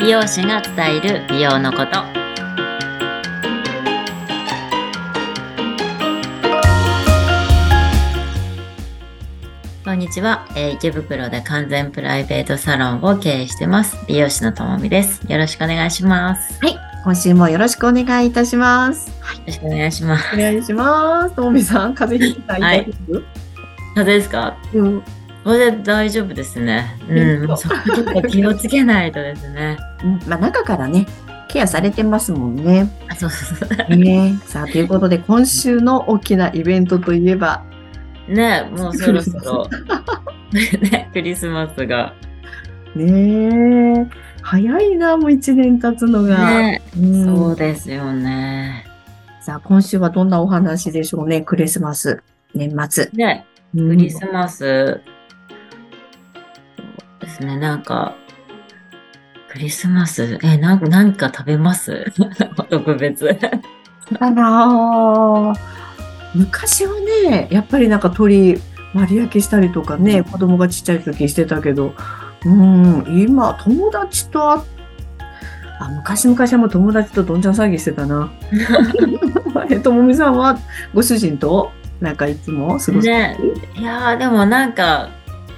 美容師が伝える美容のことこんにちは、えー池袋で完全プライベートサロンを経営してます美容師のともみですよろしくお願いしますよ今週もよろしくお願いいたします。ろしくお願いしますお願いします。ともみさん、風邪ひいたはい大丈夫風邪ですかうん、風邪大丈夫ですねうんもうそこちょっと気をつけないとですねまあ、中からね、ケアされてますもんね。あ そうそうそうねさあ、ということで、今週の大きなイベントといえば、ねもうそろそ ろねクリスマスがねえ、早いな、もう一年経つのが。ねうんそうですよねさあ、今週はどんなお話でしょうね、クリスマス、年末。ねククリスマス、そうですね、なんか、クリスマス、え、なんなんか食べます 特別。あらー昔はねやっぱりなんか鳥丸焼きしたりとかね子供がちっちゃい時してたけどうん今友達とああ昔々はもう友達とどんちゃん騒ぎしてた なえともみさんはご主人となんかいつも過ごす、ねいやー、でもなんか、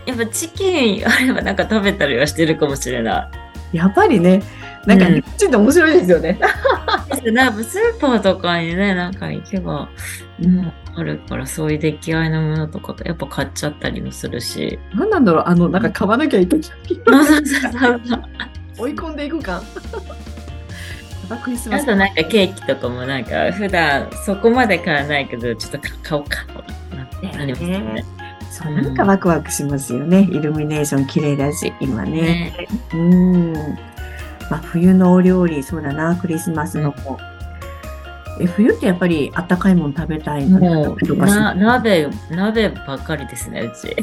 やっぱチキンあればなんか食べたりはしてるかもしれなやっぱりねなんかうん日本人って面白いですよね、い。ですなんかスーパーとかにね、なんか行けば、うん、あるから、そういう出来合いのものとか、やっぱ買っちゃったりもするし。 何なんだろうあのなんか買わなきゃいけないそうそうそうそう追い込んでいく感 やっぱクリスマあスとなんかケーキとかもなんか普段そこまで買わないけどちょっと買おうかなりますね。そうなんかワクワクしますよね。イルミネーション綺麗だし、今ね。ねうん。まあ、冬のお料理、そうだな、クリスマスの子。え冬ってやっぱりあったかいもの食べたいのもうとかしな鍋鍋ばっかりですねうち。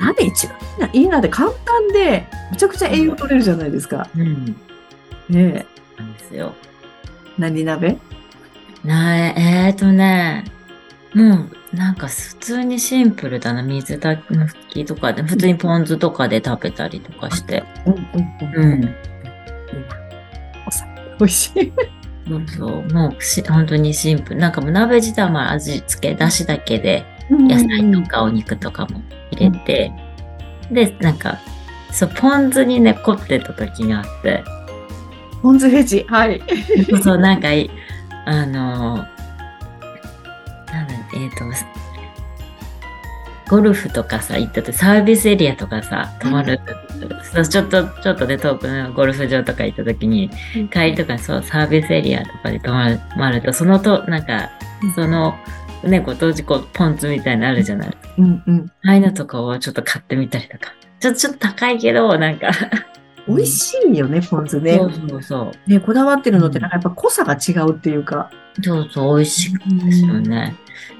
鍋一番いいないいなって簡単でめちゃくちゃ栄養取れるじゃないですか。うん。ねえなんですよ。何鍋なええー、とねもうなんか普通にシンプルだな水炊きとかで普通にポン酢とかで食べたりとかして。うんううん。ん。美味しい。そうそうもうし本当にシンプルなんかもう鍋自体は味付けだしだけで。野菜とかお肉とかも入れて、でなんかそうポン酢にね凝ってた時があって ポン酢フェチ。はい。そうなんかいあのーなんだえっ、とゴルフとかさ行ったってサービスエリアとかさ泊まる、そうちょっとちょっとで遠くのゴルフ場とか行った時に帰りとかそうサービスエリアとかで泊まる泊まるとそのとなんかそのねご当地こうポン酢みたいなのあるじゃないうんうん。ああいうのとかをちょっと買ってみたりとか。ちょっと、ちょっと高いけど、なんか。美味しいよね、ポン酢ねそ。うそうそう。ね、こだわってるのってなんかやっぱ濃さが違うっていうか。そうそう、美味しいですよね。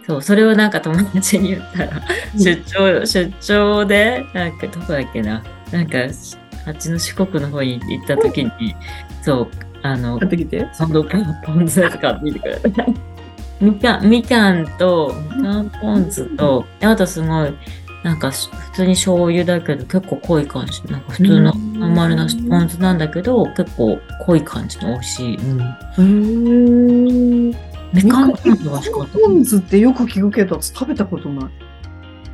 そう、それをなんか友達に言ったら、うん出張、出張で、なんかどこだっけな。なんか、あっちの四国の方に行った時に、そう、あの買、ってきて。そのポンポン酢とか見てくれた。みかん、みかんと、みかんポン酢と、あとすごい、なんかし普通に醤油だけど結構濃い感じ。なんか普通のうんノンマルなポン酢なんだけど、結構濃い感じの美味しい。へーみかんみかポンん酢が美味しかっポン酢ってよく聞くけど食べたことない。た。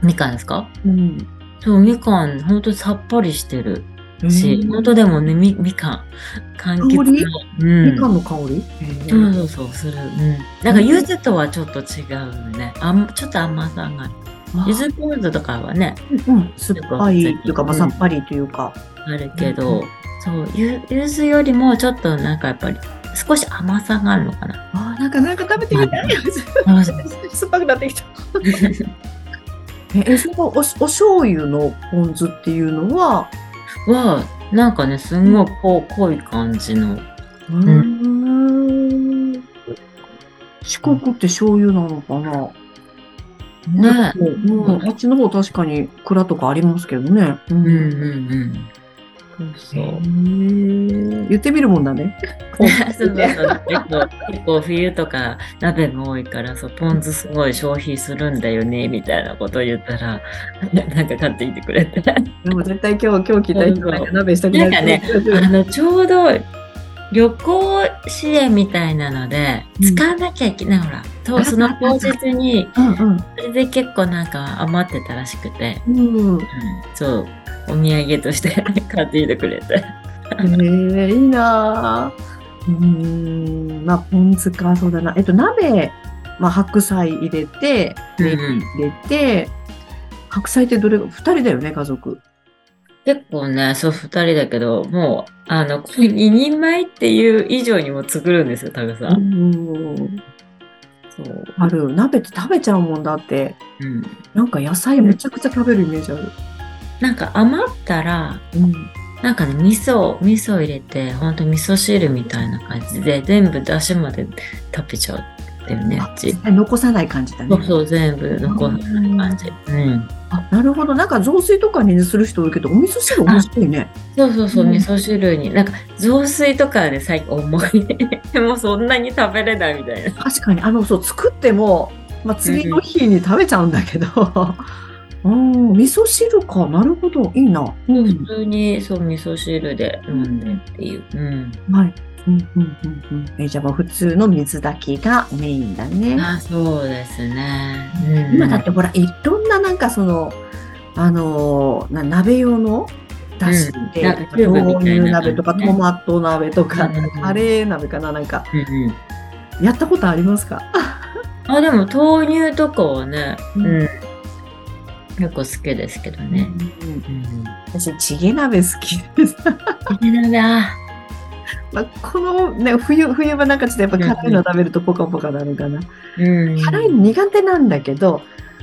みかんですかうん。そう、みかん、ほんとさっぱりしてるし、ほんとでもね、み、みかん、柑橘香りの、うん。みかんの香り。そうそうそう、する。うん。なんか、柚子とはちょっと違うね。あん、ちょっと甘さがある。ゆずポン酢とかはね、うん、酸っぱいというか、まうあ、んさっぱりというか。あるけど、そう、ゆゆずよりもちょっとなんかやっぱり少し甘さがあるのかな。あーなんか、なんか食べてみたい。そうそう 酸っぱくなってきた。 ええ、そのお、お醤油のポン酢っていうのは。は、なんかね、すんごいこう濃い感じの。うーん四国って醤油なのかな。ねもう、もうあっちの方確かに蔵とかありますけどね。ううんうんうん。そうそう。言ってみるもんだね。 そうそう そう結構結構冬とか鍋も多いからそうポン酢すごい消費するんだよねみたいなことを言ったらななんか買ってきてくれてでも絶対今日今日聞いた人なんか鍋したくなんかねあのちょうど旅行支援みたいなのでうん使わなきゃいけない、ほらとその当日 にうんそれで結構なんか余ってたらしくて、 うん。うんそうお土産として 買ってきてくれてうん。へえいいなぁ。うーん。まあポン酢かそうだな。えっと鍋、まあ白菜入れてうんう入んれて、白菜ってどれが二人だよね家族。結構ね、そう、二人だけど、もう、あの、これ二人前っていう以上にも作るんですよ、タグさん。ん。そう。ある鍋って食べちゃうもんだって。うん。なんか野菜めちゃくちゃ食べるイメージある。なんか余ったら、うん。なんかね、味噌、味噌入れて、ほんと味噌汁みたいな感じで、全部出汁まで食べちゃうっていうね、うち。絶対残さない感じだね。そうそう、全部残らない感じ。うん。あなるほど。なんか雑炊とかにする人多いけど、お味噌汁面白いね。そうそうそう、うん味噌汁に、なんか、雑炊とかで最近重い。でもそんなに食べれないみたいな。確かに。あの、そう、作っても、まあ、次の日に食べちゃうんだけど。 うん、味噌汁か。なるほど。いいな。うん普。通に、そう、味噌汁で飲んでっていう。うん。はい。うんうんうんうん。えじゃあもう普通の水炊きがメインだね。あそうですね。今だってほら、いろんななんかその、あのーな鍋用のだしって、うんなんかキューブみ豆たい乳な鍋とか、ねトマト鍋とか、うんうんカレー鍋かな、なんか、うんうんやったことありますかあでも豆乳とかはね、うんうん、結構好きですけどね。うんうん、私、チゲ鍋好きです。 なんだ。まあ、この、ね、冬、冬場なんかちょっとやっぱ辛いの食べるとポカポカなるかな。うん、辛いの苦手なんだけど、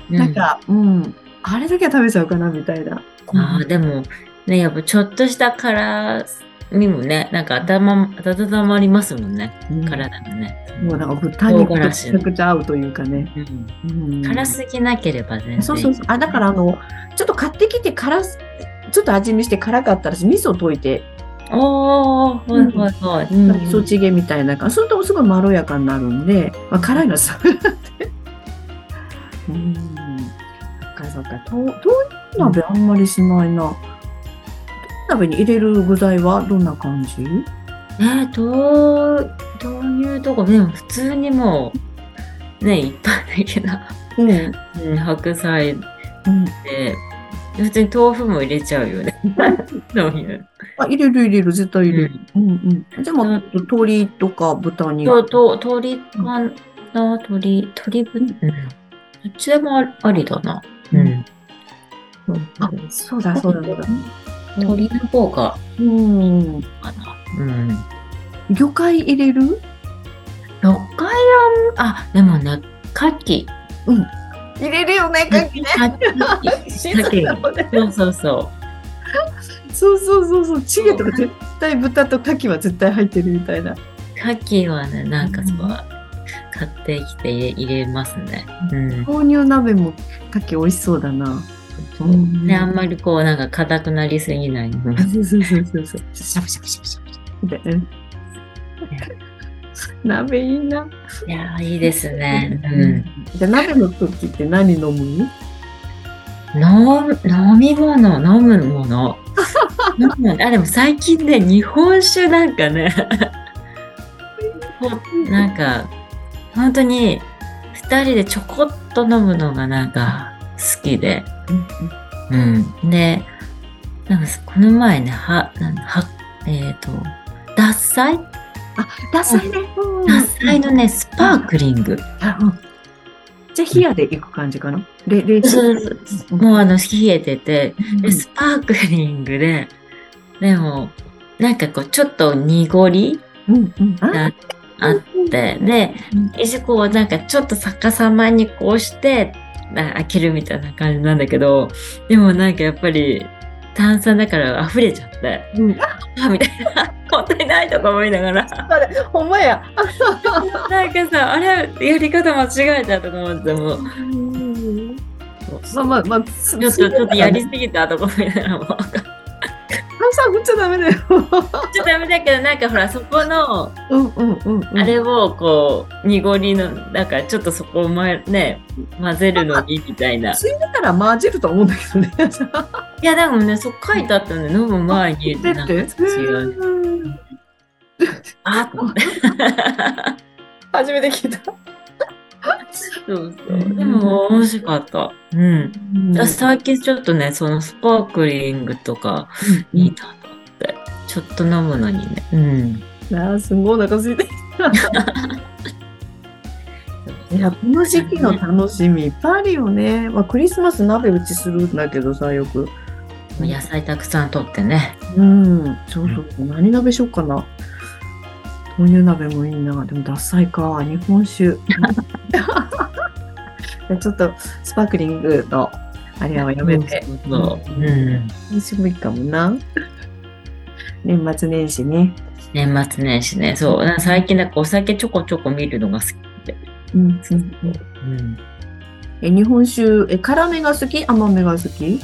うんなんか、うん、あれだけは食べちゃうかな、みたいな。あーでもねやっぱちょっとした辛みもねなんか頭温まりますもんねうん体がね。もうなんか豚肉唐とめ辛ち子ゃくちゃ合うというかね。うんうん辛すぎなければ全然いい。そうそうそう。あ、だからあの、ちょっと買ってきて辛す、ちょっと味見して辛かったらし、味噌溶いて、おお、ほいほいほい。うん味噌チゲみたいな感じ。それともすごいまろやかになるんで、まあ、辛いのはさ、 うん。そっかそっか。と、豆乳鍋あんまりしないな。豆乳鍋に入れる具材はどんな感じえー、豆豆乳とかでも普通にもうね一般的な、うん。うん。うん、白菜で普通に豆腐も入れちゃうよね 豆乳あ、入れる入れる、絶対入れうる。んうんうん。じゃあもう、鶏とか豚肉。とと鶏かな鶏鶏ぶうんどっちでもあありだなうん、あそうだそうだそうだ。鶏の方がうん。かなうん魚介入れる魚介はあでもね牡蠣入れるよね、牡か蠣牡蠣そうそうそうそうそうそうそう、チゲとか絶対豚と牡蠣は絶対入ってるみたいな。牡蠣はね、なんかそううん買ってきて入れ入れますね。うん。豆乳鍋も牡蠣美味しそうだな。うんね、あんまりこう、なんか硬くなりすぎない。そうそうそうそうそう。シャブシャブシャブシャブシャブみたいな。鍋いいな。いやー、いいですね。うん。じゃあ鍋の時って何飲む？飲飲み物、飲むもの。飲むものあ、でも最近ね、日本酒なんかね、 なんか、本当に、二人でちょこっと飲むのがなんか、好きで。うん。で、なんかこの前ね、は、なんは、えっ、と、獺祭あ、野菜ね。獺祭のね、スパークリング。あ。うんじゃあ冷やで行く感じかな？冷冷そうそうそうもうあの、冷えてて、でうスパークリングで、でも、なんかこう、ちょっと濁りんうんうん。あがあって、でうん、一応こう、なんかちょっと逆さまにこうして、な開けるみたいな感じなんだけど、でもなんかやっぱり、炭酸だから溢れちゃって。うんあみたいな、本当にないとか思いながら、あれ、ほんまや。なんかさ、あれ、やり方間違えたとか思っても、まあまあまあ、ちちょっと、ちょっとやりすぎたとか思いながらも、炭酸振っちゃダメだよ。ちょっとダメだけど、なんかほら、そこの、うんうんうん、うん。あれをこう、濁りの、なんかちょっとそこをま、ね、混ぜるのに、みたいな。吸いながら混じると思うんだけどね。いや、でもね、そこ書いてあったんで、飲む前に、出なんかて。違う。うんあっと思って初めて聞いた。そうそう。でも、面白かった。うん。私最近ちょっとね、そのスパークリングとかうんいいなと思って、ちょっと飲むのにね。うん。あーすごいお腹空いてきた。いやこの時期の楽しみいっぱいあるよね。まあ、クリスマス鍋うちするんだけどさよく。野菜たくさん取ってね。うんそうそう何鍋しようかな。豆乳鍋もいいな。でも脱菜か日本酒。いや ちょっとスパークリングのあれはやめて。そうそうそう。うん。日本酒もいいかもな。年末年始ね。年末年始ね。そう。なんか最近なんかお酒ちょこちょこ見るのが好きで。うんうんうん。え日本酒え辛めが好き甘めが好き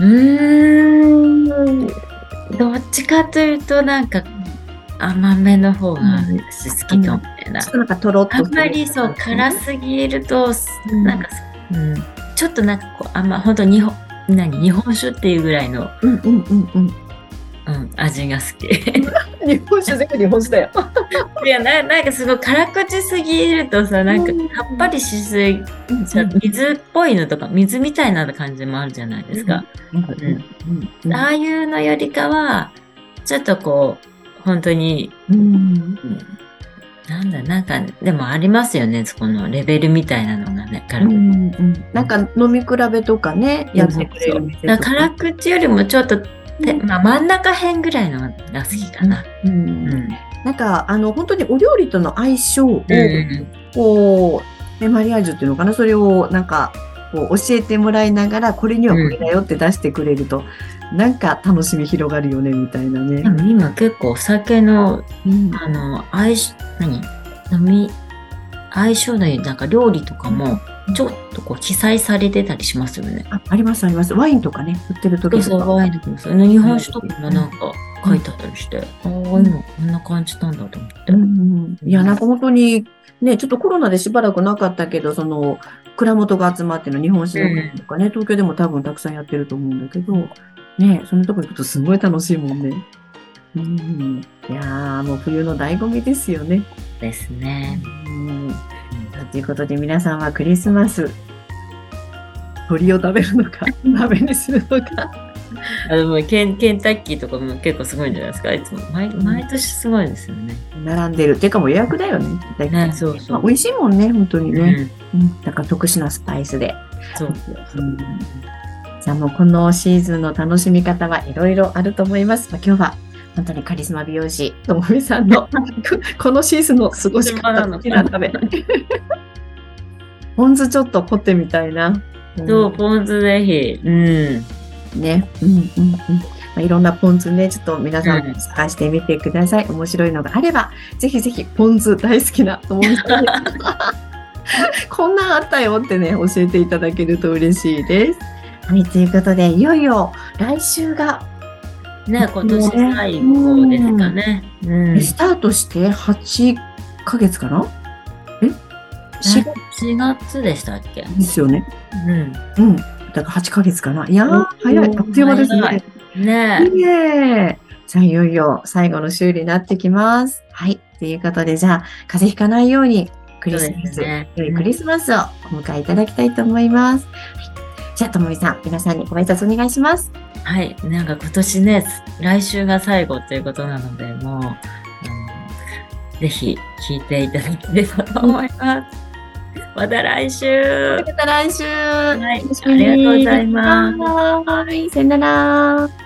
うーん。どっちかというと、なんか甘めの方が私好きかもしれないちょっ。となんかとろっとあんまりそう辛すぎると、うんなんかそ、うん、ちょっとなんかこうあんま本当日本何日本酒っていうぐらいの、うんうんうんうんうん、味が好き 日本酒全部日本酒だよいやななんかすごい辛口すぎるとさなんかうんさっぱりしすぎ さ水っぽいのとか水みたいな感じもあるじゃないですか、うんうんうんああいうのよりかはちょっとこう本当にうんなんだなんかでもありますよねこのレベルみたいなのがねう辛口んうんなんか飲み比べとかねやってくれる店だとから辛口よりもちょっとて、まあ、真ん中辺ぐらいのが好きかな。うんうん。なんかあの本当にお料理との相性をうんこうねマリアージュっていうのかなそれをなんかこう教えてもらいながらこれにはこれだよって出してくれるとなんか楽しみ広がるよねみたいなねで。も今結構お酒の、うんあの、相性、何飲み、相性のいいなんか料理とかも、ちょっとこう記載されてたりしますよね。あありますあります。ワインとかね、売ってる時そうそとう、か。ワインとかもそう日本酒とかもなんか書いてあったりして、ああ、今こんな感じなんだと思って。うんうんいや、なんか本当に、ね、ちょっとコロナでしばらくなかったけど、その、蔵元が集まっての日本酒の会とかね、東京でも多分たくさんやってると思うんだけど、ね、そのとこ行くとすごい楽しいもんね。うん、いやー、もう冬の醍醐味ですよね。ですね。うん、ということで皆さんはクリスマス、鳥を食べるの か、鍋にするのか。あの、ケンケンタッキーとかも結構すごいんじゃないですか。いつも。毎毎年すごいですよね。並んでる。てかもう予約だよね。大体ねそうそうまあ、美味しいもんね、本当にね。うん。なんか特殊なスパイスで。そう。じゃあもうこのシーズンの楽しみ方はいろいろあると思います。まあ、今日は本当にカリスマ美容師、ともみさんの このシーズンの過ごし方好きなため。ポン酢ちょっと凝ってみたいな。そう、ポン酢ぜひ。うん。ね。うんうんうん。まあ、いろんなポン酢ね、ちょっと皆さんうんも探してみてください。面白いのがあれば、ぜひぜひポン酢大好きなともみさんに。 こんなんあったよってね、教えていただけると嬉しいです。はい、ということで、いよいよ来週がね、今年最後ですかね。うん。スタートして8ヶ月かな、え ?4 月4月でしたっけですよね。うん。うん。だから8ヶ月かな。いやおー、早い。あっという間です早ねい。ねいえ。さあ、いよいよ最後の週になってきます。はい。ということで、じゃあ、風邪ひかないように、クリスそうマですス、ね良いクリスマスをお迎えいただきたいと思います。はい、じゃあ、ともみさん、皆さんにご挨拶お願いします。え。はい。なんか今年ね、来週が最後ということなので、もう、あのぜひ聞いていただければと思います。また来週また来週。。いありがとうございますはい、さよなら。